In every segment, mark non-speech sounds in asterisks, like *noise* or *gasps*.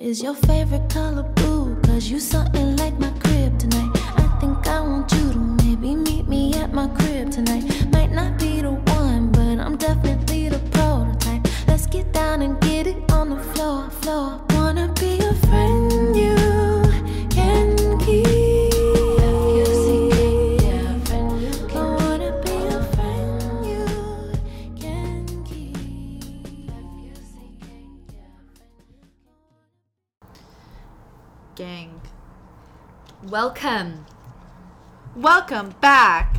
Is your favorite color blue? Cause you something like my crib tonight. I think I want you to maybe meet me at my crib tonight. Might not be the one, but I'm definitely the prototype. Let's get down and get it on the floor, floor. Wanna be a friend you can keep. I wanna be a friend you can keep. Gang. Welcome. *laughs* Welcome back.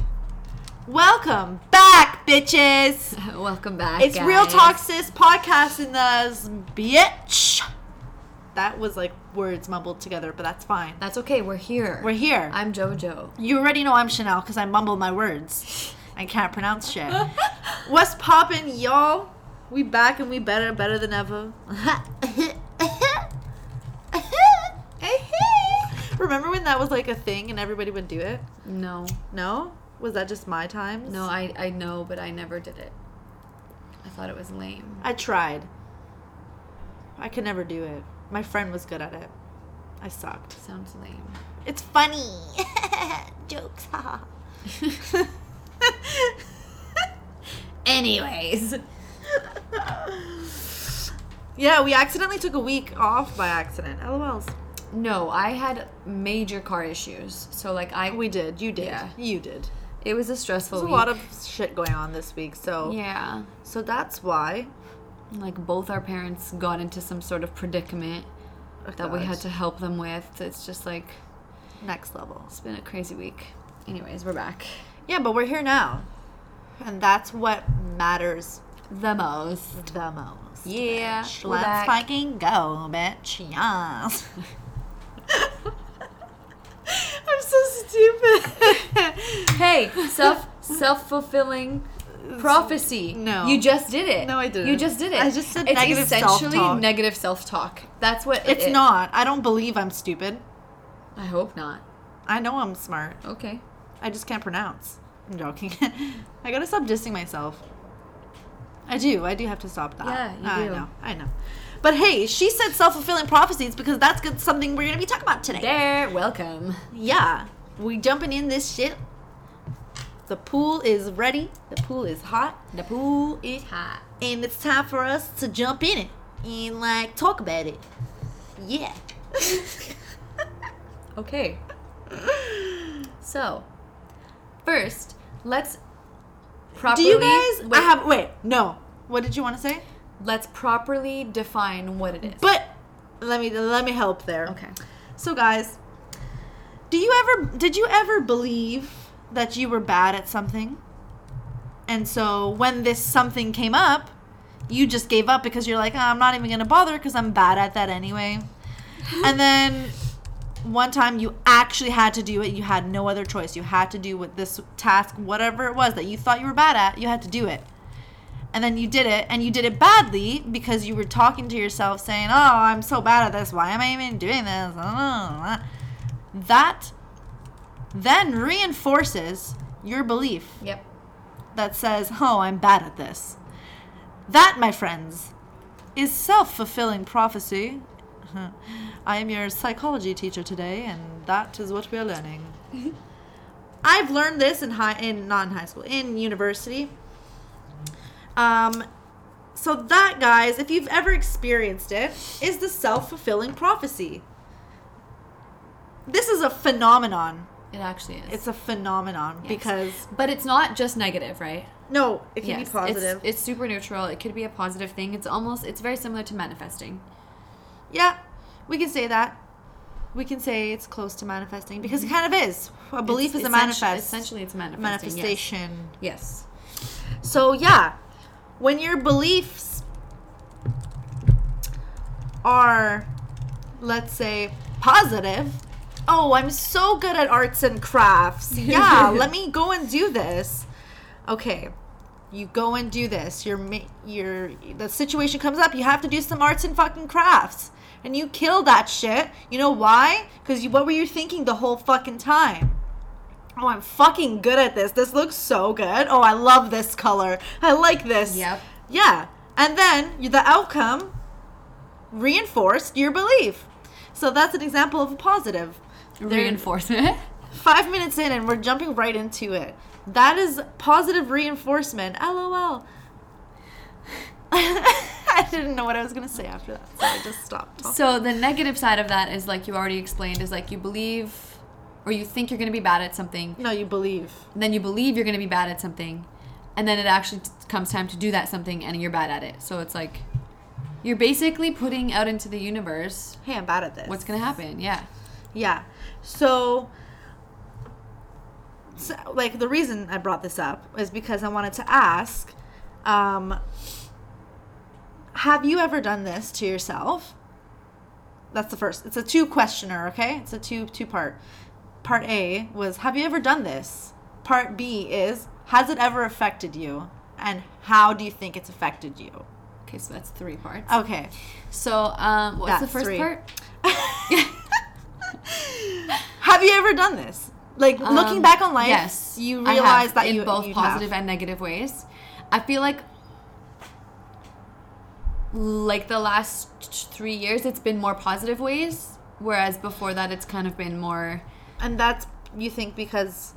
Welcome back, bitches. Welcome back. It's Real guys. Talk Sis podcast in the bitch. That was like words mumbled together, but that's fine. That's okay. We're here. We're here. I'm *laughs* JoJo. you already know I'm Chanel because I mumble my words. I can't pronounce shit. *laughs* What's poppin', y'all? We back and we better, better than ever. Remember when that was like a thing and everybody would do it? No, No? Was that just my times? no, I, I know, but I never did it. I thought it was lame. I tried. I could never do it. My friend was good at it. I sucked. Sounds lame. *laughs* It's funny. *laughs* Jokes. haha. Anyways, *laughs* yeah, we accidentally took a week off by accident. LOLs. no, I had major car issues. So like I, We did. You did. Yeah. You did. it was a stressful. There's a week. lot of shit going on this week, so yeah. so that's why Like both our parents got into some sort of predicament Oh, that we God. had to help them with. It's just like next level. it's been a crazy week. Anyways, we're back. Yeah, but we're here now, and that's what matters The most. the most. Yeah. bitch. we're Let's back. fucking go, bitch. Yes. *laughs* I'm so stupid. *laughs* *laughs* Hey, self self fulfilling prophecy. No. you just did it. No, I didn't. You just did it. I just said it's negative essentially self-talk. negative self talk. That's what it it's is. not. I don't believe I'm stupid. I hope not. I know I'm smart. Okay. I just can't pronounce. I'm joking. *laughs* I gotta stop dissing myself. I do. I do have to stop that. Yeah, you I do. know. I know. But hey, she said self fulfilling prophecies because that's good, something we're gonna be talking about today. There. Welcome. Yeah, we jumping in this shit. The pool is ready. The pool is hot, The pool is hot. and it's time for us to jump in it and like talk about it. *laughs* Yeah. Okay. So, first, let's Do properly. you guys? wait, I have wait. No. What did you want to say? Let's properly define what it is. But let me let me help there. okay. So guys, do you ever did you ever believe that you were bad at something? And so when this something came up, you just gave up because you're like, "Ah, I'm not even going to bother cuz I'm bad at that anyway. and then one time you actually had to do it. You had no other choice. You had to do with this task whatever it was that you thought you were bad at, you had to do it and then you did it and you did it badly because you were talking to yourself saying oh i'm so bad at this why am i even doing this *laughs* that then reinforces your belief Yep. that says oh i'm bad at this that my friends is self-fulfilling prophecy *laughs* i am your psychology teacher today and that is what we're learning *laughs* i've learned this in high in not in high school in university um, so that, guys, if you've ever experienced it, is the self-fulfilling prophecy. This is a phenomenon. It actually is. It's a phenomenon Yes. because but it's not just negative, right? no, it can Yes, be it's- positive. It's, super neutral. It could be a positive thing. It's almost it's very similar to manifesting. yeah, we can say that. We can say it's close to manifesting because it kind of is. A belief Mm-hmm. It's is a essentia- manifest Essentially, it's manifesting. Manifestation. manifestation. Yes. So yeah, when your beliefs are let's say positive, oh, I'm so good at arts and *laughs* crafts. Yeah, let me go and do this. Okay. You go and do this. Your ma- your the situation comes up, you have to do some arts and fucking crafts. And you kill that shit. You know why? Cuz you what were you thinking the whole fucking time? Oh, I'm fucking good at this. This looks so good. Oh, I love this color. I like this. Yep. Yeah. And then you- the outcome reinforced your belief. So that's an example of a positive. Reinforcement. Five minutes in, and we're jumping right into it. That is positive reinforcement. LOL. *laughs* I didn't know what I was going to say after that, so I just stopped. talking. So the negative side of that is like you already explained is like you believe or you think you're going to be bad at something, No, you believe. and then you believe you're going to be bad at something, and then it actually t- comes time to do that something and you're bad at it. So it's like you're basically putting out into the universe Hey, I'm bad at this. what's going to happen. Yeah. Yeah. So, so, like, the reason I brought this up is because I wanted to ask um, Have you ever done this to yourself? That's the first. It's a two questioner, okay? It's a two two part. Part A was Have you ever done this? Part B is Has it ever affected you? And how do you think it's affected you? Okay, so that's three parts. Okay. So, um, what's the Oh. That's first three. part? Have you ever done this? Like looking Um, back on life, yes, you I have, realize that in you both you positive have. and negative ways. I feel like like the last three years, it's been more positive ways, whereas before that, it's kind of been more and that's you think because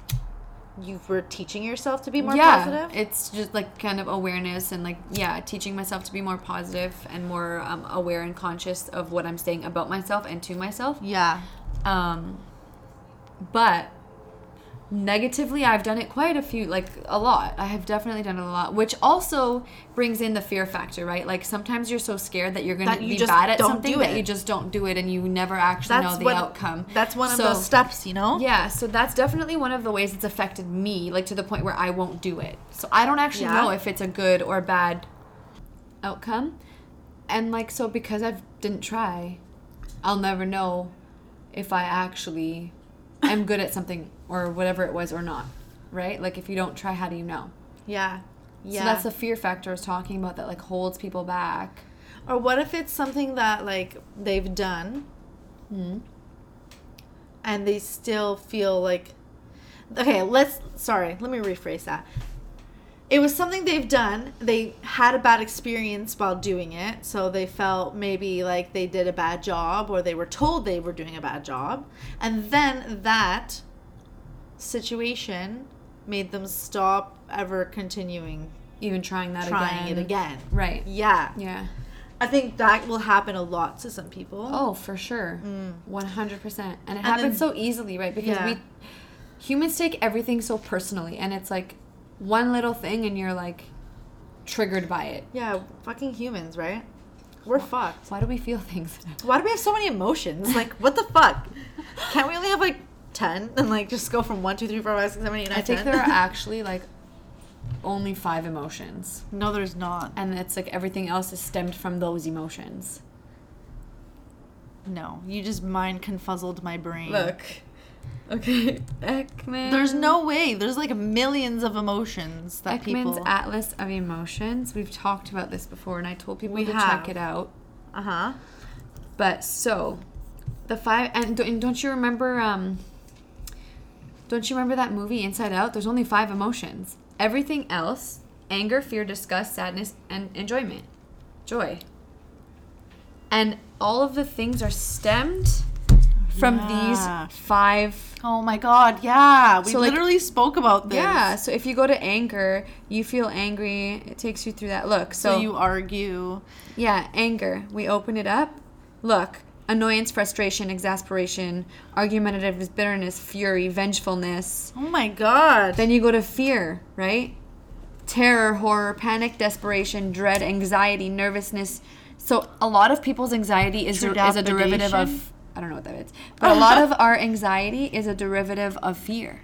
you were teaching yourself to be more yeah. positive. It's just like kind of awareness and like yeah, teaching myself to be more positive and more um, aware and conscious of what I'm saying about myself and to myself. yeah, Um, but negatively, I've done it quite a few, like a lot. I have definitely done it a lot, which also brings in the fear factor, right? Like sometimes you're so scared that you're going That to you be just bad at don't something do that it. you just don't do it and you never actually that's know the what, outcome. That's one of So, those steps, you know. Yeah, so that's definitely one of the ways it's affected me, like to the point where I won't do it. So I don't actually Yeah. know if it's a good or bad outcome. And like so because I didn't try, I'll never know if I actually am good at something or whatever it was or not. Right? Like if you don't try, how do you know? yeah, So that's the fear factor I was talking about that like holds people back. Or what if it's something that like they've done, and they still feel like, okay, let's. Sorry, let me rephrase that. It was something they've done. They had a bad experience while doing it, so they felt maybe like they did a bad job, or they were told they were doing a bad job, and then that situation made them stop ever continuing Even trying that trying again. it again. Right. Yeah. Yeah. I think that will happen a lot to some people. Oh, for sure. 100%. And it happens so easily, right? Because Yeah. we humans take everything so personally and it's like one little thing and you're like triggered by it. Yeah, fucking humans, right? We're fucked. Why do we feel *laughs* things? Why do we have so many emotions? Like, what the fuck? Can't we only have like 10 and like just go from 1, 2, 3, 4, 5, 6, 7, 8, 9, I think 10? *laughs* there are actually like only 5 emotions no, there's not. and it's like everything else is stemmed from those emotions. No, you just mind confuzzled my brain. Okay. Ekman. There's no way. There's like millions of emotions that Ekman's people. Atlas of Emotions. We've talked about this before and I told people We to have. check it out. uh huh. But so, the five and, don't- and don't you remember? Um, don't you remember that movie Inside Out? There's only five emotions. Everything else: anger, fear, disgust, sadness, and enjoyment, joy. And all of the things are stemmed from Yeah. these five Oh my god, yeah. We So, like- literally spoke about this. yeah, so if you go to anger, you feel angry. It takes you through that look. So, So you argue. Yeah, anger. We open it up. Look, annoyance, frustration, exasperation, argumentative bitterness, fury, vengefulness. Oh my god. Then you go to fear, right? Terror, horror, panic, desperation, dread, anxiety, nervousness. So a lot of people's anxiety is, is a derivative of I don't know what that is, but a lot of our anxiety is a derivative of fear,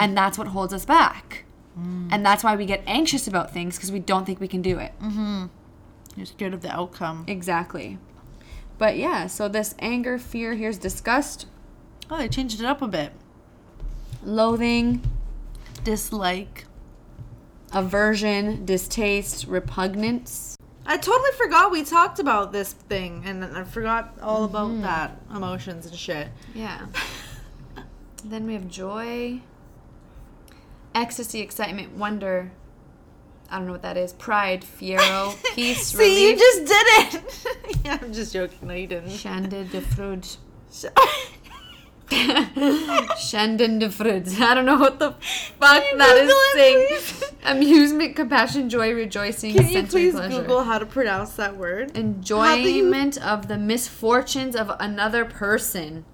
and that's what holds us back. And that's why we get anxious about things because we don't think we can do it. You're scared of the outcome. Exactly. But yeah, so this anger, fear, here's disgust, Oh, they changed it up a bit. loathing, Dislike. aversion, distaste, repugnance. I totally forgot we talked about this thing, and I forgot all Mm-hmm. about that emotions and shit. Yeah. *laughs* then we have joy, ecstasy, excitement, wonder, I don't know what that is. Pride, *laughs* Fiero, Oh, *laughs* peace, See, you relief. just did it. *laughs* yeah, I'm just joking. No, you didn't. Schande de *laughs* Freude. Sh- *laughs* Schanden de Freude. I don't know what the fuck that is Google it, saying. Amusement, compassion, joy, rejoicing, Can you sensory please pleasure. Google how to pronounce that word? you- Enjoyment of the misfortunes of another person.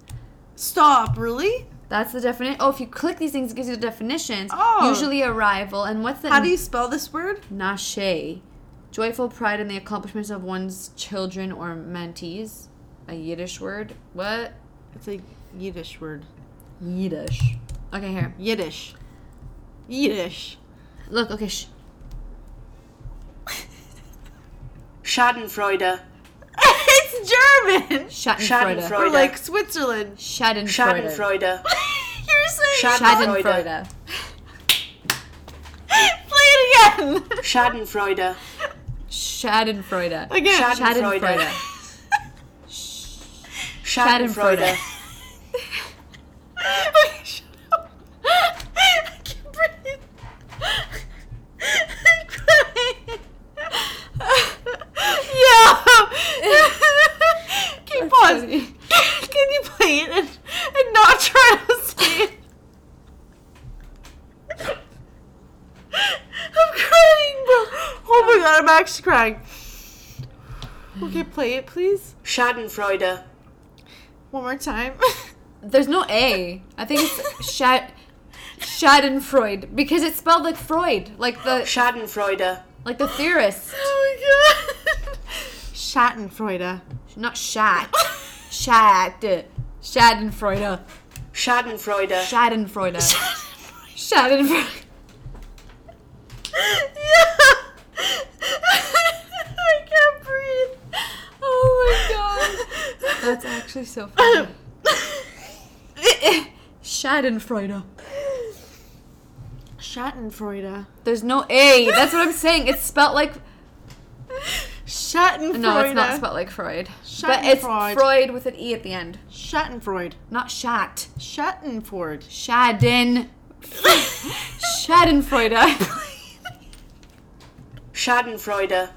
Stop, really? That's the definition. Oh, if you click these things, it gives you the definitions. Oh. Usually a rival. And what's the How do you spell this word? Nashe. Joyful pride in the accomplishments of one's children or mentees. A Yiddish word. What? It's a Yiddish word. Yiddish. Okay, here. Yiddish. Yiddish. Look, okay. Sh- Schadenfreude. *laughs* it's German. Schadenfreude. Schadenfreude. Or like Switzerland. *laughs* Schadenfreude. Schadenfreude. You're saying. Schadenfreude. Schadenfreude. *laughs* Play it again. Schadenfreude. Schadenfreude. Again. Schadenfreude. Schadenfreude. Schadenfreude. Okay, *laughs* shut up. *laughs* I can't breathe. I'm crying. *laughs* yeah. Can you That's pause? funny. *laughs* Can you play it and, and not try to say it? *laughs* I'm crying, bro. Oh my god, I'm actually crying. Okay, play it, please. Schadenfreude. One more time. *laughs* There's no A. I think it's Schad- Schadenfreude because it's spelled like Freud, like the Schadenfreude. like the theorist, oh my god. Schadenfreude. *laughs* not Shat. Shad. Schadenfreude. Schadenfreude. Schadenfreude. Schadenfreude. *laughs* I can't breathe. Oh my god. That's actually so funny. Schadenfreude. Schadenfreude. There's no A. That's what I'm saying. It's spelled like Schadenfreude. no, it's not spelled like Freud, but it's Schadenfreude. Freud with an E at the end, Schadenfreude. not Shat. Schadenfreude. Schaden. *laughs* Schadenfreude. Schadenfreude.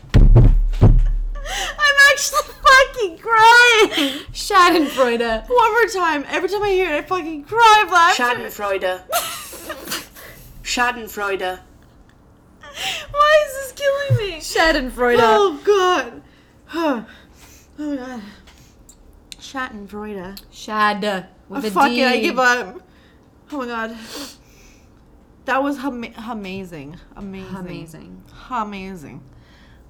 I'm actually fucking crying. Schadenfreude. One more time. Every time I hear it, I fucking cry. Black. Schadenfreude. Schadenfreude. Why is this killing me? Schadenfreude. Oh god. Huh. Oh god. Schadenfreude. Shad. uh, With Oh, a fuck D. it, I give up. Oh my god. That was hum- amazing. Amazing. Amazing. Amazing.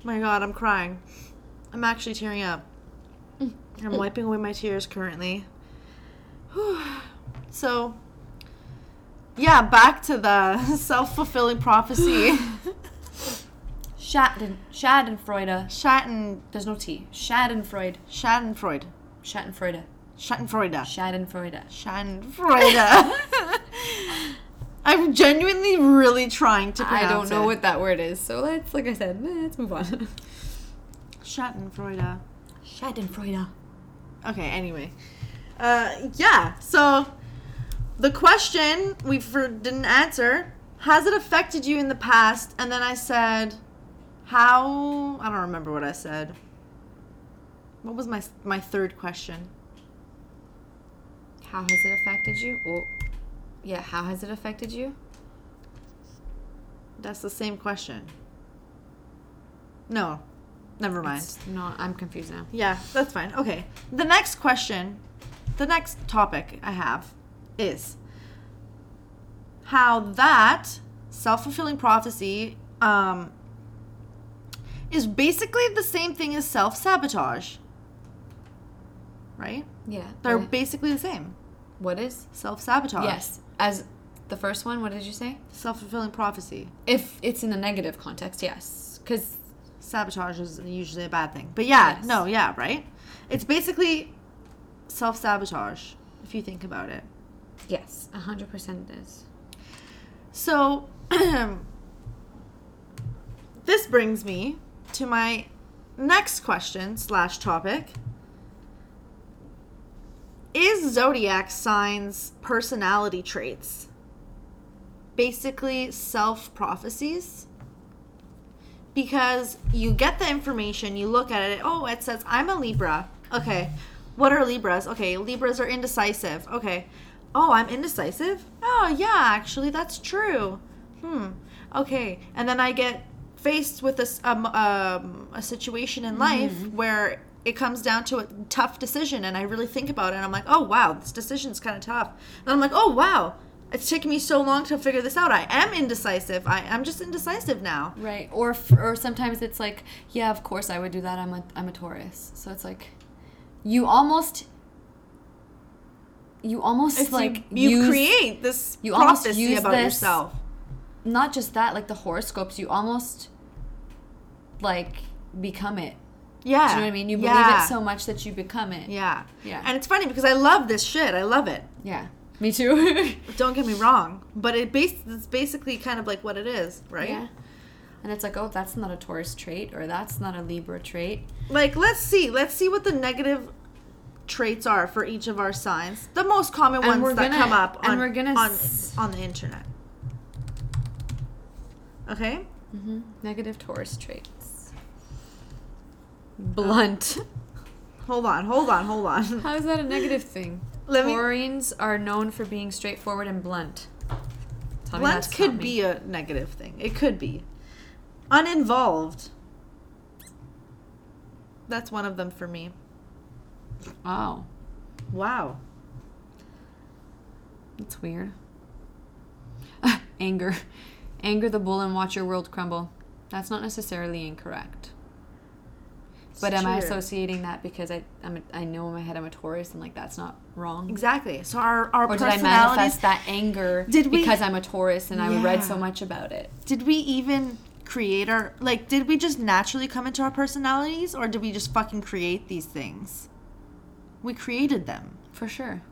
My god, I'm crying. I'm actually tearing up. I'm wiping away my tears currently. *sighs* Whew. So, yeah, back to the *laughs* self fulfilling *laughs* prophecy. Schaden. Schadenfreude. Schaden, There's no T. Schadenfreude. Schadenfreude. Schadenfreude. Schadenfreude. Schadenfreude. *laughs* Schadenfreude. I'm genuinely really trying to pronounce I don't know it. what that word is, so let's, like I said, let's move on. Schadenfreude. Schadenfreude. Okay, anyway. Uh, yeah, so the question we for, didn't answer has it affected you in the past? And then I said, how? I don't remember what I said. What was my, my third question? How has it affected you? Oh, yeah. How has it affected you? That's the same question. No, never mind. It's not. I'm confused now. Yeah, that's fine. Okay. The next question, the next topic I have is how that self fulfilling prophecy um, is basically the same thing as self sabotage. Right? Yeah. They're what- basically the same. what is? Self sabotage. Yes. As the first one. What did you say? Self fulfilling prophecy. If it's in a negative context, yes. Because Sabotage is usually a bad thing. But yeah, Yes. no, yeah, right? It's basically self sabotage if you think about it. yes, hundred percent is. So, *clears throat* this brings me to my next question slash topic: Is zodiac signs personality traits basically self prophecies? because you get the information, you look at it, oh, it says I'm a Libra. Okay. What are Libras? Okay, Libras are indecisive. Okay. Oh, I'm indecisive? Oh, yeah, actually that's true. Hmm. Okay. And then I get faced with this um, um, a situation in life where it comes down to a tough decision and I really think about it and I'm like, "Oh, wow, this decision's kind of tough." Then I'm like, "Oh, wow. It's taken me so long to figure this out. I am indecisive. I am just indecisive now." Right. Or f- or sometimes it's like, yeah, of course I would do that. I'm a I'm a Taurus. So it's like you almost you almost It's like you, you use- create this you almost prophecy use about this- yourself. not just that, like the horoscopes, you almost like become it. Yeah. Do you know what I mean? You believe it so much that you become it. Yeah. Yeah. And it's funny because I love this shit. I love it. Yeah. Me too. *laughs* Don't get me wrong, but it bas- it's basically kind of like what it is, right? Yeah. And it's like, oh, that's not a Taurus trait, or that's not a Libra trait. Like let's see. Let's see what the negative traits are for each of our signs. The most common And we're ones that gonna- come up on and we're gonna on, s- on the internet. Okay? Mm-hmm. Negative Taurus traits. *laughs* Blunt. Hold on. Hold on. Hold on. *laughs* How is that a negative thing? Let me Taurines are known for being straightforward and blunt. Tell me Blunt that's could not me. be a negative thing. It could be. Uninvolved. That's one of them for me. Oh, Wow. that's weird. *laughs* Anger. Anger the bull and watch your world crumble. That's not necessarily incorrect. But am I Sure. associating that because I I'm a, I know in my head I'm a Taurus and like that's not wrong? Exactly. So our our Or did I personalities. manifest that anger Did we- because I'm a Taurus and I Yeah. read so much about it? Did we even create our like? Did we just naturally come into our personalities, or did we just fucking create these things? We created them. For sure.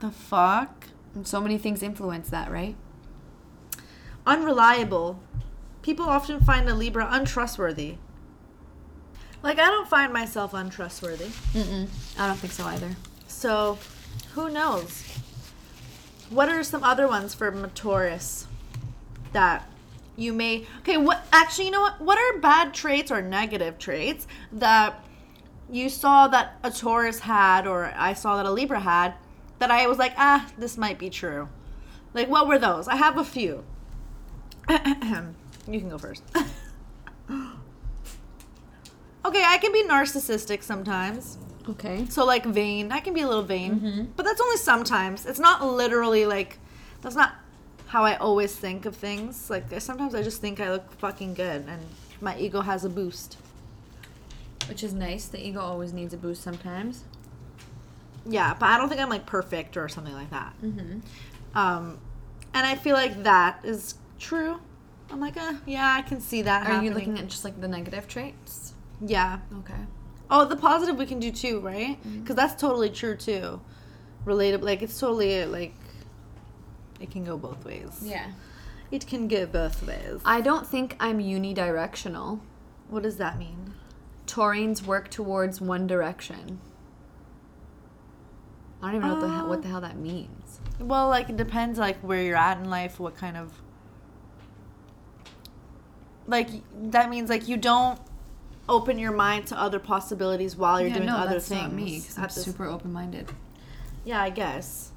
The fuck. And so many things influence that, right? unreliable. People often find a Libra untrustworthy. Like I don't find myself untrustworthy. Mm-mm. I don't think so either. So, who knows? What are some other ones for m- Taurus that you may Okay, what actually, you know what? What are bad traits or negative traits that you saw that a Taurus had or I saw that a Libra had that I was like, "Ah, this might be true." Like what were those? I have a few. *clears throat* you can go first. *laughs* okay, I can be narcissistic sometimes. Okay. So like vain, I can be a little vain, Mm-hmm. but that's only sometimes. It's not literally like that's not how I always think of things. Like I- sometimes I just think I look fucking good and my ego has a boost. Which is nice. The ego always needs a boost sometimes. Yeah, but I don't think I'm like perfect or something like that. Mm-hmm. Um, and I feel like that is true. I'm like, uh, yeah, I can see that. Are you looking at just like the negative traits? Yeah. Okay. Oh, the positive we can do too, right? Mm-hmm. Because that's totally true too. Relatable, like it's totally like it can go both ways. Yeah. It can go both ways. I don't think I'm unidirectional. What does that mean? Taurines work towards one direction. I don't even know what, the hell, what the hell that means. Well, like it depends, like where you're at in life, what kind of. Like that means like you don't open your mind to other possibilities while you're doing other things. me. 'cause I'm at this- super open-minded. yeah, I guess.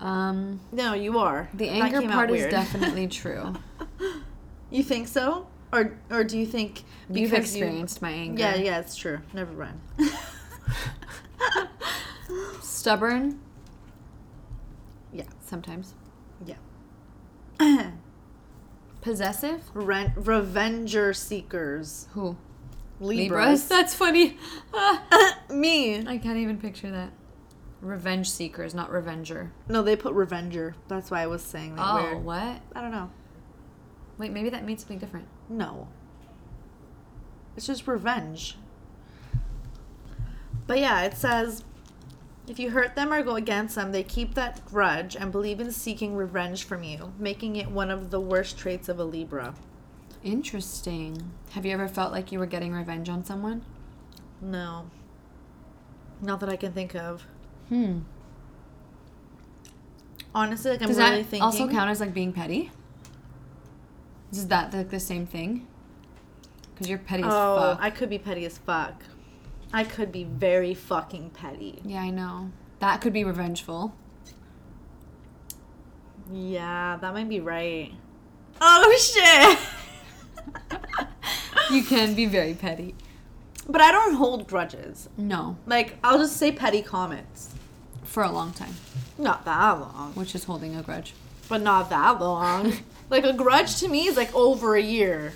Um, No, you are. the That anger came out part is weird. definitely true. *laughs* You think so, or or do you think You've because you- experienced my anger. Yeah, yeah, it's true. Never *laughs* mind. *laughs* Stubborn. Yeah. Sometimes. *laughs* yeah. *clears throat* Possessive. Ren- revenger seekers. Who? Libras. *laughs* That's funny. Ah, *laughs* Me. I can't even picture that. Revenge seekers, not revenger. No, they put revenger. That's why I was saying that oh, weird. what? I don't know. Wait, maybe that means something different. No. It's just revenge. But yeah, it says if you hurt them or go against them, they keep that grudge and believe in seeking revenge from you, making it one of the worst traits of a Libra. Interesting. Have you ever felt like you were getting revenge on someone? No. Not that I can think of. Hmm. Honestly, like I'm Does really that thinking. also count as like being petty? Is that like the same thing? Because you're petty oh, as fuck. I could be petty as fuck. I could be very fucking petty. yeah, I know. That could be revengeful. Yeah, that might be right. Oh shit. *laughs* You can be very petty. But I don't hold grudges. No, Like I'll just say petty comments. for a long time, Not that long, which is holding a grudge. but not that long. *laughs* like a grudge to me is like over a year.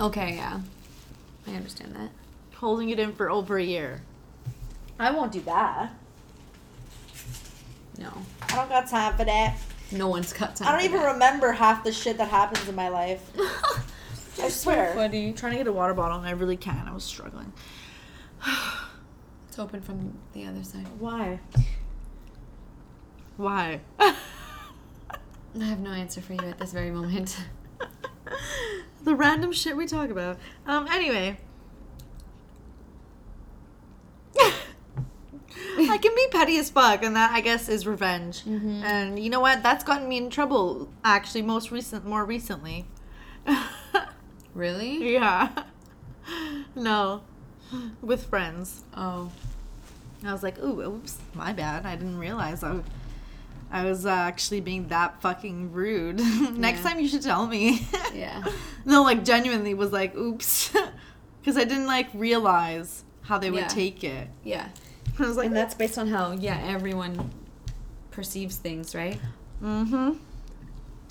Okay, yeah. I understand that. Holding it in for over a year. I won't do that. No. I don't got time for that. No one's cut time. I don't for even that. remember half the shit that happens in my life. I swear. Funny. I'm trying to get a water bottle and I really can't. I was struggling. *sighs* It's open from the other side. Why? Why? *laughs* I have no answer for you at this very moment. *laughs* the random shit we talk about. Um, anyway. I can be petty as fuck, and that I guess is revenge. And you know what? That's gotten me in trouble actually most recent more recently. *laughs* Really? yeah. *laughs* No. With friends. Oh. I was like, ooh, oops, my bad. I didn't realize I, I was uh, actually being that fucking rude. *laughs* Next Yeah. time you should tell me. *laughs* Yeah. no, like genuinely was like, oops, *laughs* because I didn't like realize how they would Yeah. take it. *laughs* Yeah. I was like, And that's based on how, yeah, everyone perceives things, *laughs* right? mm-hmm.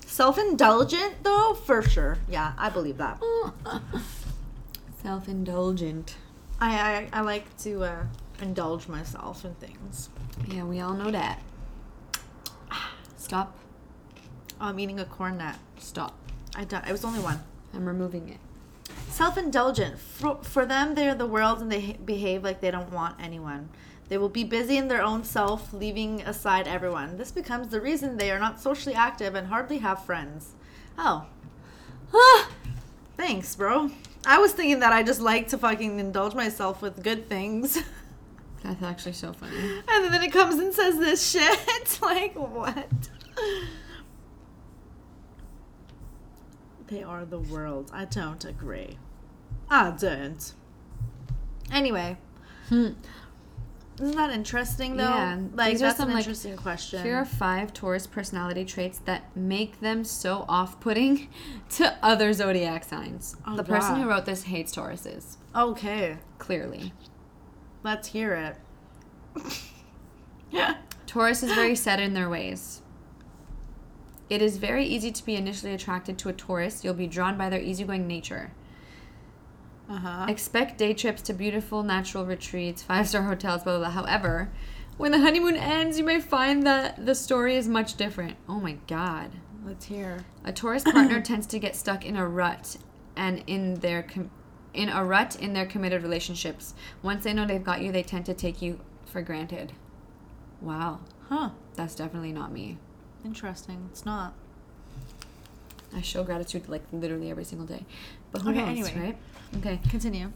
Self-indulgent though, for sure. Yeah, I believe that. Self indulgent. I I, I like to uh, indulge myself in things. Yeah, we all know that. *sighs* Stop. Oh, I'm eating a cornet. Stop. I don't. It was only one. I'm removing it. self-indulgent for, for them they're the world and they ha- behave like they don't want anyone they will be busy in their own self leaving aside everyone this becomes the reason they are not socially active and hardly have friends oh Ah, thanks bro i was thinking that i just like to fucking indulge myself with good things *laughs* That's actually so funny. and then it comes and says this shit *laughs* like what they are the world i don't agree i don't anyway *laughs* Hmm. isn't that interesting though Yeah, like these are that's some, an like, interesting question Here are five Taurus personality traits that make them so off putting *laughs* to other zodiac signs. Oh, the person God. who wrote this hates Tauruses, okay clearly. let's hear *laughs* it Uh-huh. yeah Taurus is very set in their ways. It is very easy to be initially attracted to a Taurus. You'll be drawn by their easygoing nature. uh-huh Expect day trips to beautiful natural retreats, five star hotels, blah, blah, blah. However, when the honeymoon ends, you may find that the story is much different. Oh my God. let's hear A Taurus partner tends to get stuck in a rut and in their com- in a rut in their committed relationships. Once they know they've got you, they tend to take you for granted. Wow, huh that's definitely not me. interesting it's not I show gratitude like literally every single day. But who Okay, knows, anyway. right? Okay. continue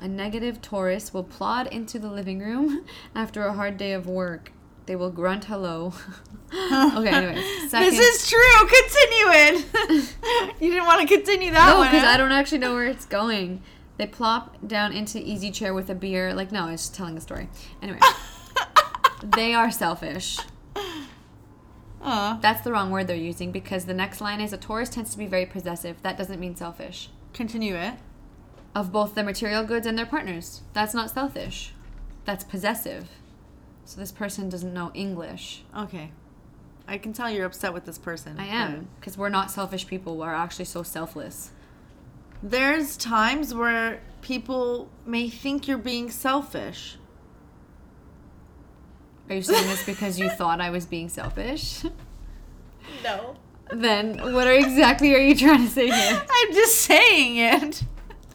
A negative Taurus will plod into the living room *laughs* after a hard day of work. They will grunt hello. *laughs* *laughs* okay, anyway. Second, this is true. Continue *laughs* it. you didn't want to continue that no, one. because huh? I don't actually know where it's going. They plop down into easy chair with a beer. Like, no, I was just telling a story. *laughs* Anyway, they are selfish. Aw. That's the wrong word they're using because the next line is a Taurus tends to be very possessive. That doesn't mean selfish. Continue it. Of both their material goods and their partners. That's not selfish. That's possessive. So this person doesn't know English. Okay. I can tell you're upset with this person. I am because we're not selfish people. We're actually so selfless. but There's times where people may think you're being selfish. Are you saying this *laughs* because you thought I was being selfish? *laughs* No. then what are exactly are you trying to say here? *laughs* I'm just saying it.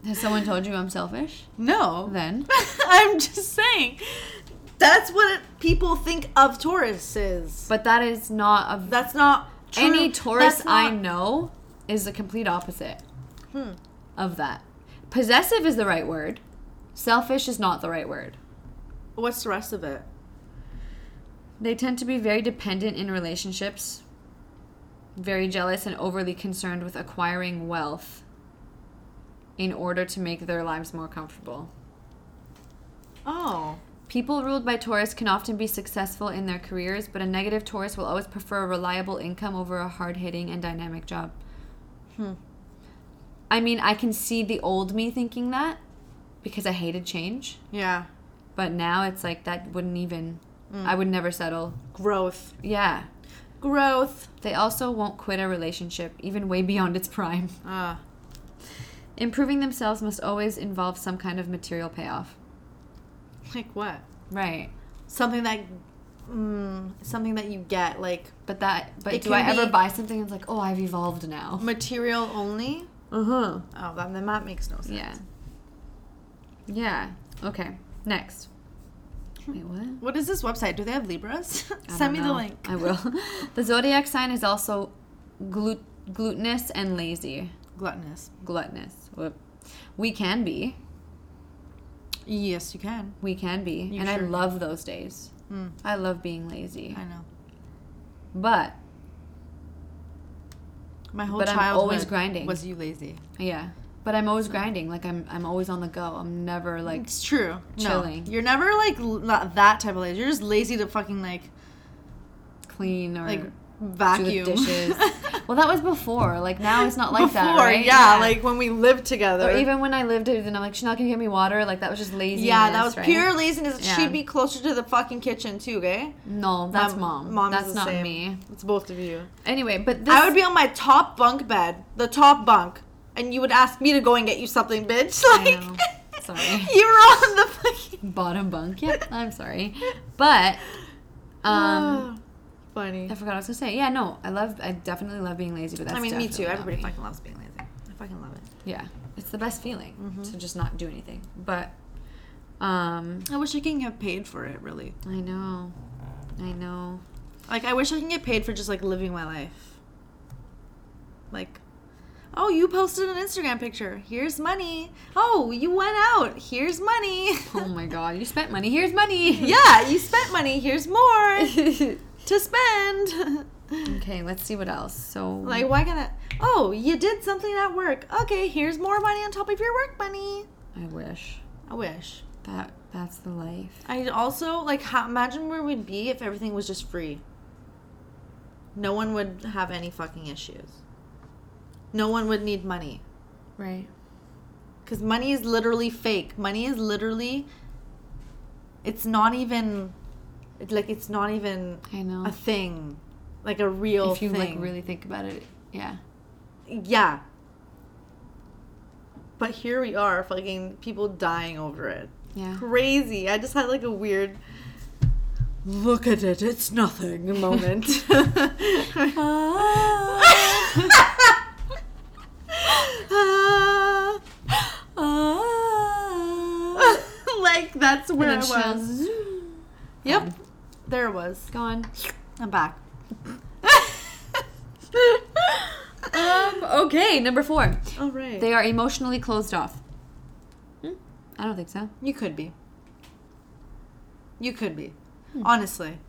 Has someone told you I'm selfish? No. Then *laughs* I'm just saying. That's what people think of Taurus is. but that is not a That's not true. any Taurus That's I not- Hmm. know is the complete opposite of that. Possessive is the right word. Selfish is not the right word. What's the rest of it? They tend to be very dependent in relationships. very jealous and overly concerned with acquiring wealth in order to make their lives more comfortable. Oh. People ruled by Taurus can often be successful in their careers, but a negative Taurus will always prefer a reliable income over a hard hitting and dynamic job. Hmm. I mean, I can see the old me thinking that because I hated change, Yeah. but now it's like that wouldn't even, I would never settle. Growth. Yeah. Growth. They also won't quit a relationship, even way beyond its prime. Uh, Improving themselves must always involve some kind of material payoff. like what? Right. Something that, mm, something that you get like But that, but It do I can ever be- buy something and it's like, oh, I've evolved now? material only. Uh huh. Oh, then then that makes no sense. Yeah. Yeah. Okay. Next. Wait, what? What is this website? Do they have *laughs* Libras? I Send me the don't know. link. *laughs* I will. the zodiac sign is also glut- glutinous and lazy. Gluttonous. Gluttonous. Whoop. We can be. Yes, you can. We can be. You and I sure can. love those days. Mm. I love being lazy. I know. But My whole But I'm childhood always grinding. was you lazy. yeah. But I'm always grinding. Like I'm I'm always on the go. I'm never like It's true. Chilling. No, you're never like l- not that type of lazy. You're just lazy to fucking like clean or like vacuum *laughs* dishes. Well, that was before. Like now it's not like that, Before, right? Yeah, like when we lived together. Or even when I lived it, and I'm like, Chanel, can you get me water? Like that was just lazy. yeah, that was pure laziness. Yeah. She'd be closer to the fucking kitchen too, okay? No, that's My mom. mom is that's the not same. me. It's both of you. Anyway, but this I would be on my top bunk bed, the top bunk, and you would ask me to go and get you something, bitch. *laughs* Like know. Sorry. *laughs* you were on the fucking bottom *laughs* bunk. Yep, I'm sorry, *sighs* but *laughs* um, funny. I forgot what I was gonna say. Yeah, no, I love. I definitely love being lazy, but that's I mean, me too. definitely not Everybody me. fucking loves being lazy. I fucking love it. Yeah, it's the best feeling Mm-hmm. to just not do anything. But um, I wish I can get paid for it, really. I know, I know. Like, I wish I can get paid for just like living my life. Like, oh, you posted an Instagram picture. Here's money. Oh, you went out. Here's money. *laughs* Oh my god, you spent money. Here's money. yeah, you spent money. Here's more to spend. *laughs* Okay, let's see what else. So like, why can't I? Oh, you did something at work. Okay, here's more money on top of your work money. I wish I wish. that that's the life. I also like how, imagine where we'd be if everything was just free. No one would have any fucking issues. No one would need money Right. because money is literally fake. Money is literally. It's not even, it, like it's not even I know. a thing, like a real Uh-huh. if you thing. like really think about it, yeah. yeah. But here we are, fucking people dying over it. Yeah. crazy. I just had like a weird look at it, it's nothing *laughs* moment. *laughs* ah, like ah. *laughs* that's where I And then was. Chanel's Yep. Um, There it was. gone. I'm back. Um, okay, number four. *laughs* All right. They are emotionally closed off. Hmm? I don't think so. you could be. You could be. Honestly.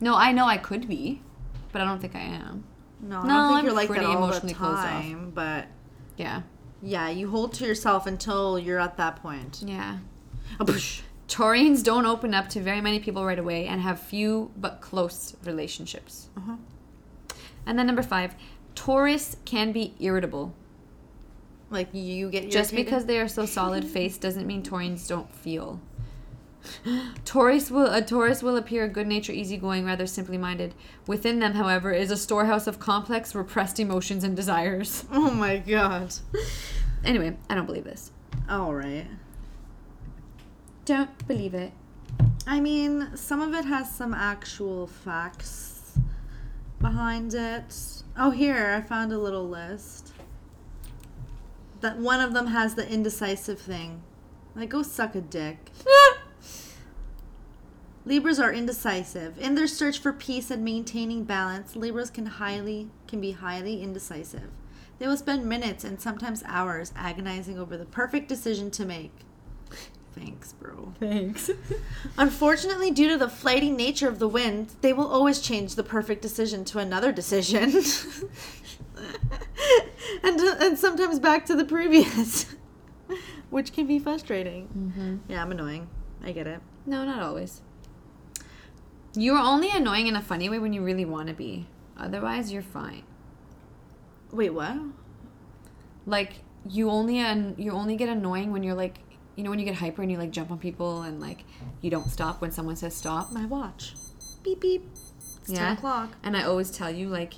No, I know I could be, but I don't think I am. No, I don't No, think I'm you're like that pretty all the emotionally closed off. time, but Yeah. yeah, you hold to yourself until you're at that *laughs* point. Yeah. Aboosh. Taurines don't open up to very many people right away and have few but close relationships. Uh-huh. And then number five, Taurus can be irritable. Like you get Just irritated? because they are so *laughs* solid faced doesn't mean Taurines don't feel. *gasps* Taurus will a Taurus will appear good natured, easygoing, rather simply minded. Within them, however, is a storehouse of complex, repressed emotions and desires. Oh my god. Anyway, I don't believe this. All right. Don't believe it. I mean, some of it has some actual facts behind it. Oh, here, I found a little list. That one of them has the indecisive thing. Like, go suck a dick. Libras are indecisive. In their search for peace and maintaining balance, Libras can highly can be highly indecisive. They will spend minutes and sometimes hours agonizing over the perfect decision to make. Thanks, bro. Thanks. Unfortunately, due to the flighty nature of the wind, they will always change the perfect decision to another decision. *laughs* and, uh, and sometimes back to the previous, *laughs* which can be frustrating. Mm-hmm. Yeah, I'm annoying. I get it. no, not always. You are only annoying in a funny way when you really want to be. Otherwise, you're fine. Wait, what? Like you only an- you only get annoying when you're like you know when you get hyper and you like jump on people and like you don't stop when someone says stop. My watch. Beep, beep. It's 10 o'clock. And I always tell you like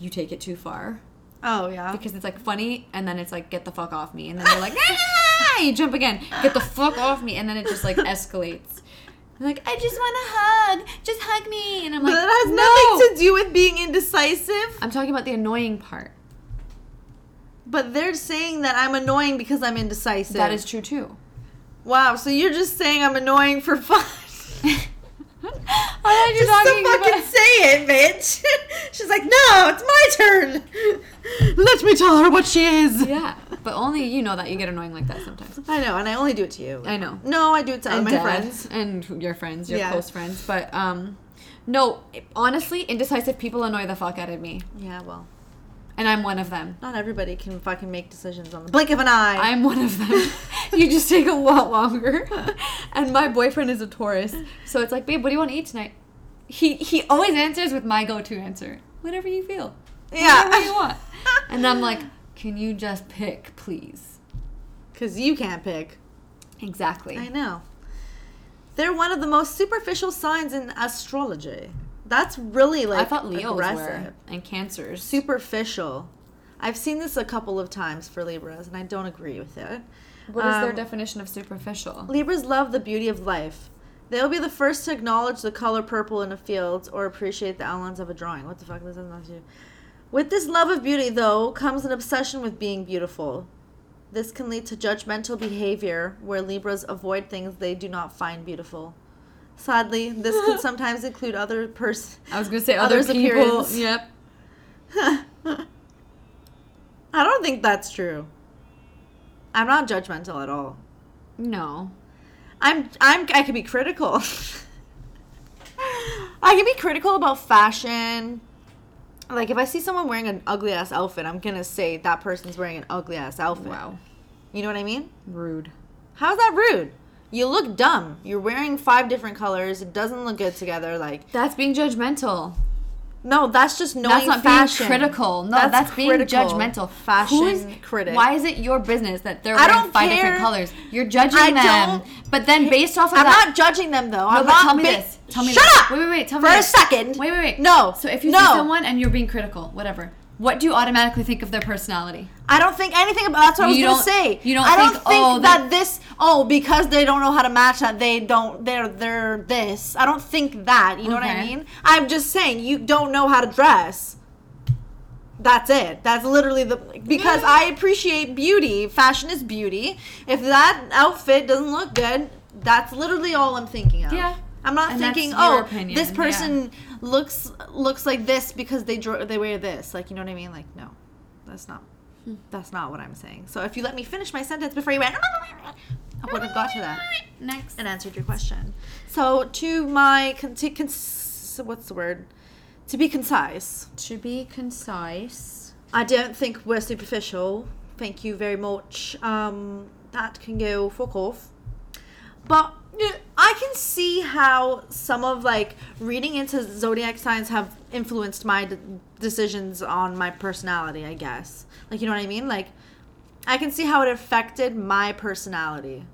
you take it too far Oh, yeah. because it's like funny and then it's like get the fuck off me and then you're like *laughs* ah! you jump again get the fuck off me and then it just like escalates. You're like I just want to hug, just hug me and I'm But like *laughs* that has no. nothing to do with being indecisive. I'm talking about the annoying part. But they're saying that I'm annoying because I'm indecisive. That is *laughs* true too. Wow, so you're just saying I'm annoying for fun. *laughs* are you just talking to fucking about? say it, bitch. *laughs* She's like, no, it's my *laughs* turn. Let me tell her what she is. *laughs* Yeah, but only you know that you get annoying like that sometimes. I know, and I only do it to you. I know. No, I do it to all and my dad friends. and your friends, your Yeah. close friends. But um, no, honestly, indecisive people annoy the fuck out of me, Yeah, well, and I'm one of them. not everybody can fucking make decisions on the blink of an eye. I'm one of *laughs* them. you just take a lot longer. and my boyfriend is a Taurus, so it's like, babe, what do you want to eat tonight? He he always answers with my go-to answer, whatever you *laughs* feel, whatever *laughs* you yeah, *laughs* want. And I'm like, can you just pick, please? because you can't pick. Exactly. I know. They're one of the most superficial signs in astrology. That's really like I thought Leos aggressive. were and Cancers. superficial. I've seen this a couple of times for Libras, and I don't agree with it. What is their Um, definition of superficial? Libras love the beauty of life. They'll be the first to acknowledge the color purple in a field or appreciate the outlines of a drawing. What the fuck? This has nothing to do. With this love of beauty, though, comes an obsession with being beautiful. This can lead to judgmental behavior where Libras avoid things they do not find beautiful. Sadly, this can sometimes include other *laughs* person. I was gonna say other other others' people. people. appearance. Yep. I don't think that's true. I'm not judgmental at all. No. I'm I'm I can be critical. I can be critical about fashion. Like if I see someone wearing an ugly ass outfit, I'm gonna say that person's wearing an ugly ass outfit. Wow. You know what I mean? Rude. How's that rude? You look dumb. You're wearing five different colors. It doesn't look good together. Like That's being judgmental. no, that's just knowing That's not fashion. being critical. No, That's that's, being critical. judgmental. Fashion Who's- critic. Why is it your business that they're I wearing don't five care. different colors? You're judging I them. don't But then based off of I'm that, not judging them though. No, I'm but not tell me ba- this. Tell me Shut this. up. Wait, wait, wait. Tell For me a this. second. Wait, wait, wait. No. So if you No. see someone and you're being critical, whatever. What do you automatically think of their personality? I don't think anything about. That's what You I was don't- gonna say. you don't I don't think, think, oh, that they- this. Oh, because they don't know how to match that. They don't. They're they're this. I don't think that. You know what I Okay. mean? I'm just saying you don't know how to dress. That's it. That's literally the because I appreciate beauty. Fashion is beauty. If that outfit doesn't look good, that's literally all I'm thinking of. Yeah. I'm not And that's thinking, your oh, opinion, this yeah. person looks looks like this because they draw, they wear this. Like, you know what I mean? Like, no, that's not Hmm. that's not what I'm saying. So if you let me finish my sentence before you went, I would have got to that Next. and answered your question. So to my con- to cons- what's the word? To be concise, To be concise. I don't think we're superficial. Thank you very much. Um, that can go fuck off. But yeah, I can see how some of like reading into zodiac signs have influenced my d- decisions on my personality. I guess, like you know what I mean. Like, I can see how it affected my personality.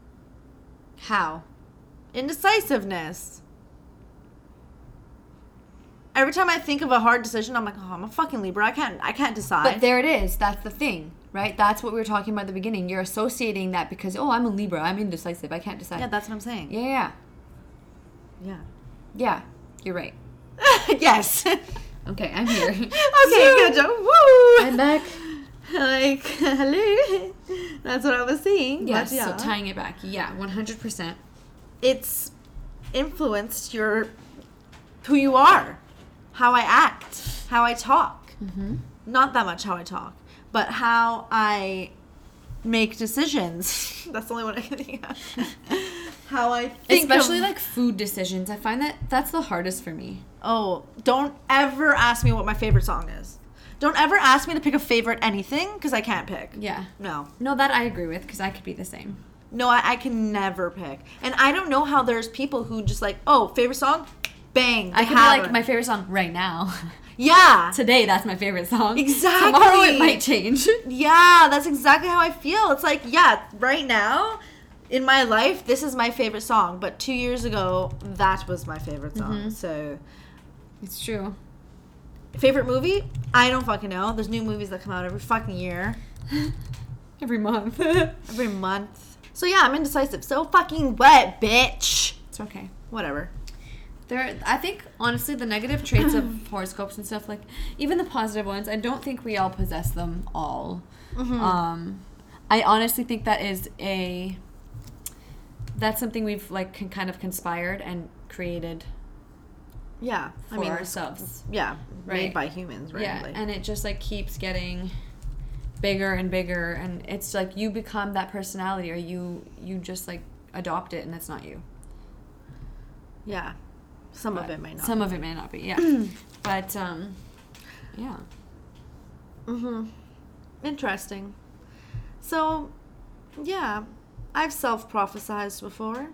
How? Indecisiveness. Every time I think of a hard decision, I'm like, oh, I'm a fucking Libra. I can't, I can't decide. But there it is. That's the thing, right? That's what we were talking about at the beginning. You're associating that because, oh, I'm a Libra. I'm indecisive. I can't decide. yeah, that's what I'm saying. yeah, yeah, *laughs* Yeah. yeah. You're right. yes. *laughs* okay, Okay, *laughs* I'm here. *laughs* good job. Woo. I'm back. like *laughs* hello that's what i was saying Yes, but yeah. so tying it back. Yeah, 100%. it's influenced your who you are how i act Mm-hmm. how i talk not that much how i talk but how i make decisions. *laughs* That's the only one I can think *laughs* of. How I think of- Especially like food decisions. I find that that's the hardest for me. Oh, don't ever ask me what my favorite song is. Don't ever ask me to pick a favorite anything because I can't pick. Yeah. No. No, that I agree with because I could be the same. No, I, I can never pick. And I don't know how there's people who just like, oh, favorite song? Bang. I they could be have like it. my favorite song right now. *laughs* Yeah. Today, that's my favorite song. Exactly. Tomorrow it might change. *laughs* Yeah, that's exactly how I feel. It's like, yeah, right now in my life, this is my favorite song. But two years ago, that was my favorite song. Mm-hmm. So, It's true. favorite movie? I don't fucking know. There's new movies that come out every fucking year. Every month. *laughs* it's every month. So yeah, I'm indecisive. So fucking what, bitch? okay. Whatever. There, I think honestly, the negative traits *coughs* of horoscopes and stuff, like even the positive ones, I don't think we all possess them all. Mm-hmm. Um, I honestly think that is a that's something we've like con- kind of conspired and created Yeah, for I mean, ourselves. yeah, Right. made by humans, right? Yeah, Like- and it just like keeps getting bigger and bigger, and it's like you become that personality, or you you just like adopt it, and it's not you. yeah. Some of But it might not. Some of it may not be. *coughs* Yeah, but um, yeah. hmm Interesting. So, yeah, I've self-prophesized before.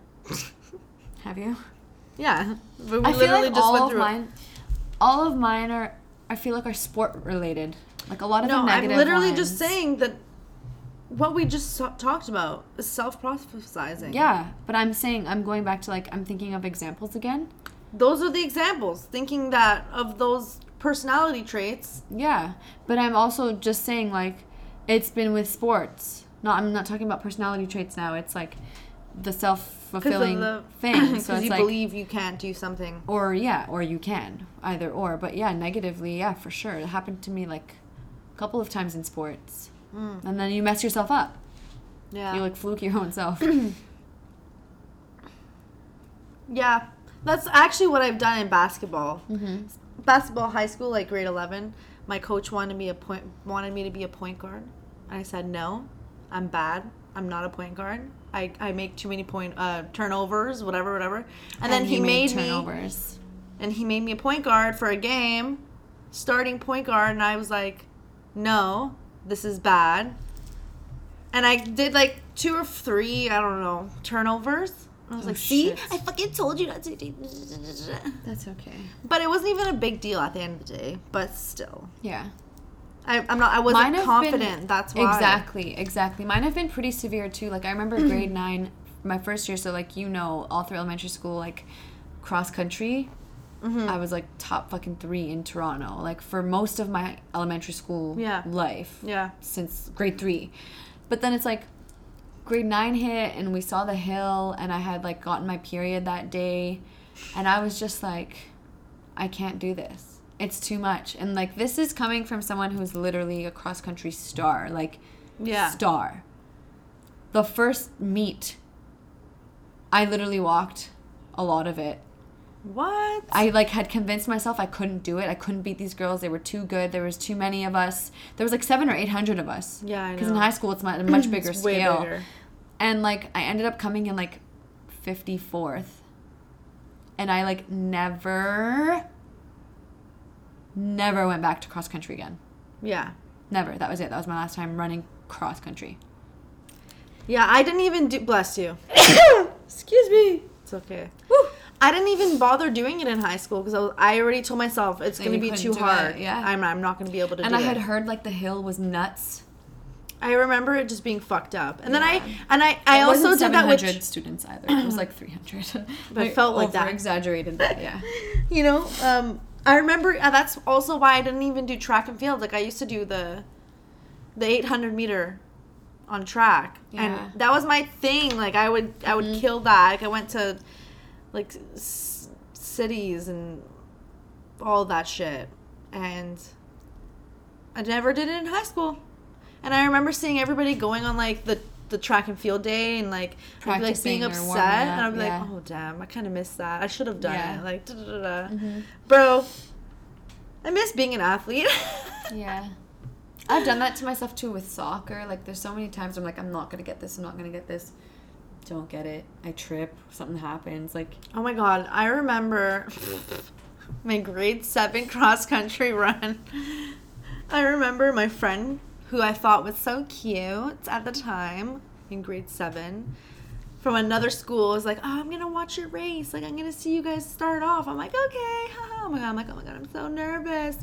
Have you? Yeah, *laughs* but we I feel literally like just all went of through. it. mine, all of mine are. I feel like are sport related. Like a lot of No, the I'm negative literally just ones. saying that what we just so- talked about is self-prophesizing. Yeah, but I'm saying I'm going back to like I'm thinking of examples again. those are the examples. Thinking that of those personality traits Yeah, but I'm also just saying like it's been with sports. No, I'm not talking about personality traits now. It's like the self fulfilling thing. *coughs* because So it's you like believe you can't do something. or yeah, or you can either or. But yeah, negatively, yeah, for sure. It happened to me like a couple of times in sports, Mm. and then you mess yourself up. Yeah. You like fluke your own *clears throat* self. yeah. That's actually what I've done in basketball. Basketball high school, like grade eleven, my coach wanted me a point wanted me to be a point guard. And I said no, I'm bad. I'm not a point guard. I, I make too many point uh, turnovers, whatever, whatever. And, then he made, me turnovers. and he made me a point guard for a game, starting point guard, and I was like, no, this is bad. And I did like two or three, I don't know, turnovers. I was like, see, Oh, shit. I fucking told you not to do. *laughs* That's okay. But it wasn't even a big deal at the end of the day. But still, Yeah. I, I'm not. I Mine wasn't have confident. been- That's why. Exactly, exactly. Mine have been pretty severe too. Like I *clears throat* remember grade nine, my first year. So like you know, all through elementary school, like cross country, Mm-hmm. I was like top fucking three in Toronto. Like for most of my elementary school Yeah. life, Yeah. since grade three. But then it's like grade nine hit and we saw the hill and I had like gotten my period that day and I was just like, I can't do this. It's too much. And like this is coming from someone who's literally a cross country star, like Yeah. star. The first meet, I literally walked a lot of it What? I like had convinced myself I couldn't do it. I couldn't beat these girls. They were too good. There was too many of us. There was like seven or eight hundred of us. Yeah, I Because in know. high school it's mu- a *clears throat* much bigger It's way scale. bigger. And like I ended up coming in like fifty fourth, and I like never, never went back to cross country again. Yeah. Never. That was it. That was my last time running cross country. Yeah, I didn't even do. Bless *coughs* you. Excuse me. It's okay. I didn't even bother doing it in high school because I, was- I already told myself it's That going to you be couldn't too do hard. it, yeah. I'm, I'm not going to be able to And do I had it. heard like the hill was nuts. I remember it just being fucked up. And then I and I, I It also did wasn't that with 700 students either. It was like 300. *laughs* But it felt like that. Exaggerated that, yeah. you know, um, I remember uh, that's also why I didn't even do track and field. Like I used to do the the 800 meter on track, Yeah. Mm-hmm. and that was my thing. Like I would I would kill that. Like I went to like s- cities and all that shit, and I never did it in high school. And I remember seeing everybody going on like the the track and field day and like I'd be, like being Practicing or upset warming and up, I'd be yeah. like, oh damn, I kind of missed that. I should have done Yeah. it. Like, da, da, da, da. bro, I miss being an athlete. *laughs* Yeah. I've done that to myself too with soccer. Like, there's so many times I'm like, I'm not gonna get this. I'm not gonna get this. Don't get it. I trip. Something happens. Like, Oh my god, I remember *laughs* my grade seven cross country run. I remember my friend who I thought was so cute at the time in grade seven from another school was like, Oh, I'm gonna watch your race. Like, I'm gonna see you guys start off. I'm like, Okay, *laughs* haha. Oh my god, I'm like, Oh my god, I'm so nervous.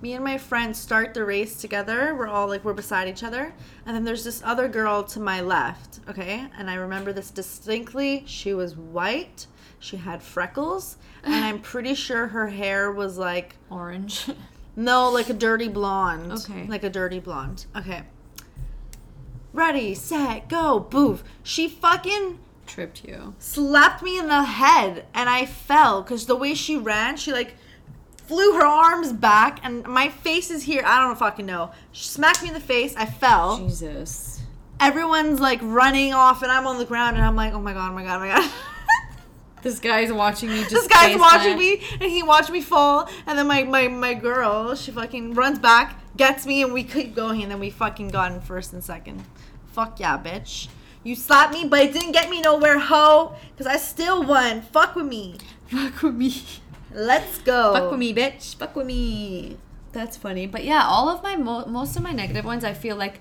Me and my friend start the race together. We're all like, we're beside each other. And then there's this other girl to my left, okay? And I remember this distinctly. She was white, she had freckles, and I'm pretty sure her hair was like, orange. *laughs* no, like a dirty blonde. Okay. Like a dirty blonde. Okay. Ready, set, go, boof. She fucking Tripped you. slapped me in the head and I fell because the way she ran, she like flew her arms back and my face is here. I don't fucking know. She smacked me in the face. I fell. Jesus. Everyone's like running off and I'm on the ground and I'm like, oh my god, oh my god, oh my god. *laughs* This guy's watching me. Just this guy's FaceTime. watching me and he watched me fall and then my, my, my girl, she fucking runs back, gets me and we keep going and then we fucking got in first and second. Fuck yeah, bitch. You slapped me, but it didn't get me nowhere, hoe. Cause I still won. Fuck with me. *laughs* Fuck with me. Oh. Let's go. Fuck with me, bitch. Fuck with me. That's funny. But yeah, all of my mo- most of my negative ones I feel like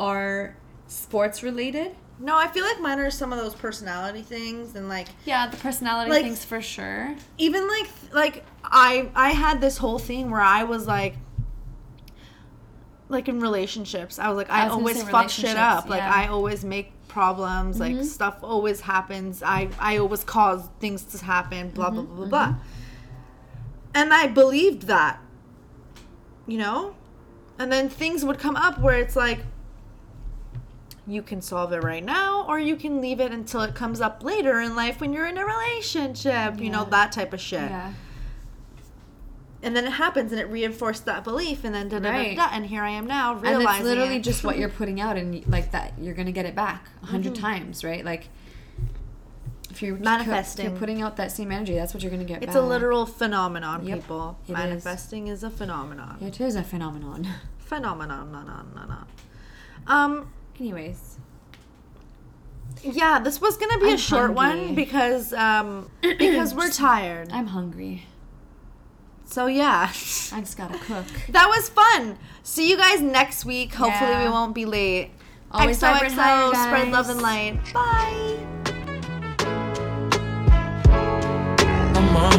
are sports related. No, I feel like mine are some of those personality things and like Yeah, the personality Like- things for sure. even like like I I had this whole thing where I was like like in relationships. I was like I, was gonna always say fuck shit up. relationships, Like yeah. Mm-hmm. I always make problems. Like stuff always happens. I I always cause things to happen, blah blah Mm-hmm. blah blah blah. And I believed that. You know? And then things would come up where it's like you can solve it right now or you can leave it until it comes up later in life when you're in a relationship, you know, Yeah. that type of shit. Yeah. And then it happens and it reinforced that belief and then da da da Right. da and here I am now And realizing it's literally it. just *laughs* what you're putting out and like that you're going to get it back a 100 Mm-hmm. times, right? Like if you're if Manifesting. you're putting out that same energy, that's what you're going to get it's back. a literal phenomenon, Yep, people. it is. Manifesting is. a phenomenon. It is a phenomenon. *laughs* Phenomenon, na na na na. Um, Anyways, yeah, this was gonna be I'm a short one hungry. because *clears throat* um because we're tired. I'm hungry. So yeah. I just got to cook. *laughs* That was fun. See you guys next week. Hopefully Yeah. we won't be late. Always vibrate higher, XOXO, spread love guys. and light. Bye. I'm on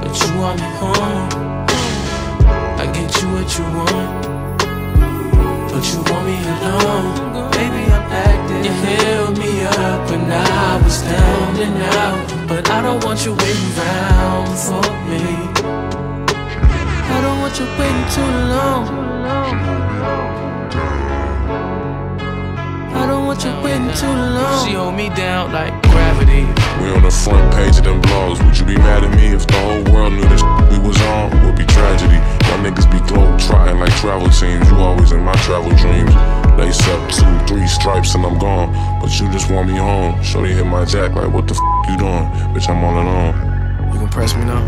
But you want me home I get you what you want But you want me alone Baby, I'm active You held me up when I was down and out But I don't want you waiting round for me I don't want you waiting too long I don't want you waiting too long She hold me down like gravity We on the front page of them blogs. Would you be mad at me if the whole world knew the shit we was on? Would be tragedy. Y'all niggas be globe trotting like travel teams. You always in my travel dreams. Lace up two, three stripes and I'm gone. But you just want me home. Shorty hit my jack like, what the f you doing? Bitch, I'm all alone. You gonna press me now?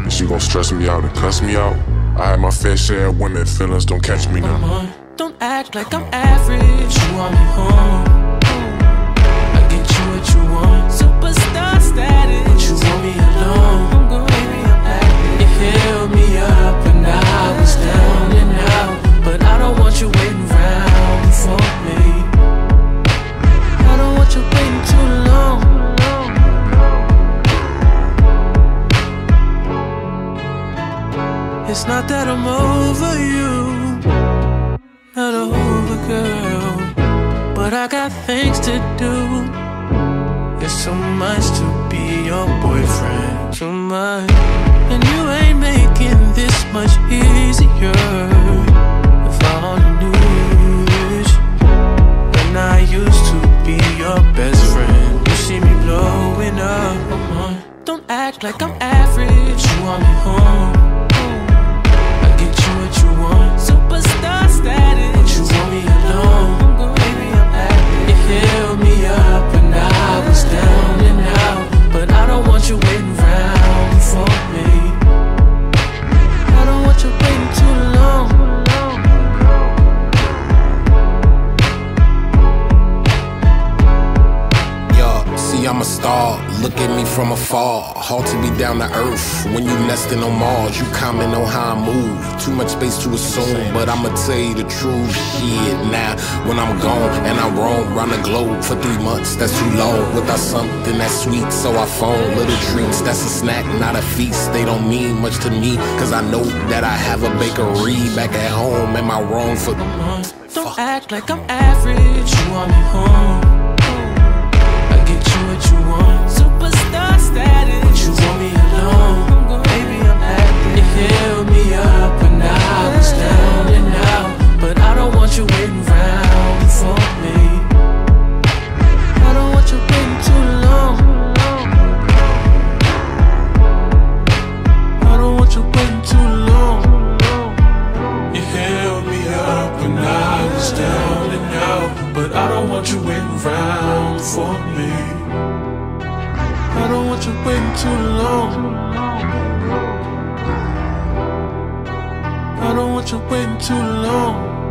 And she gon' stress me out and cuss me out. I had my fair share of women. Feelings don't catch me now. Come on, don't act like I'm average. You want me home? I get you what you want. Superstar status. But you want me alone? Baby, I'm active. You held me up when I was down and out, but I don't want you waiting around for me. I don't want you waiting too long. It's not that I'm over you, not over girl, but I got things to do. There's so much to be your boyfriend, so much, and you ain't making this much easier. If I only knew this, when I used to be your best friend, you see me blowing up. Come on, Don't act like I'm average. You want me home. I get you what you want. Superstar status. But you want me alone. Baby, I'm active. You held me up when I was down and out. But I don't want you waiting around for me. I don't want you waiting too long. Look at me from afar, hard to be down to earth. When you nesting on Mars, you comment on how I move. Too much space to assume, but I'ma tell you the truth. Shit, now when I'm gone and I roam round the globe for three months, that's too long. Without something that's sweet, so I phone little treats. That's a snack, not a feast. They don't mean much to me, cause I know that I have a bakery back at home. Am I wrong for? Don't act like I'm average. You want me home. I get you what you want. Superstar status. But you want me alone. Baby, I'm happy. You held me up when I was down and out. But I don't want you waiting around for me. I don't want you waiting too long. I don't want you waiting too long. You held me up when I was down and out, but I don't want you waiting around for me. I don't want you waiting too long. I don't want you waiting too long.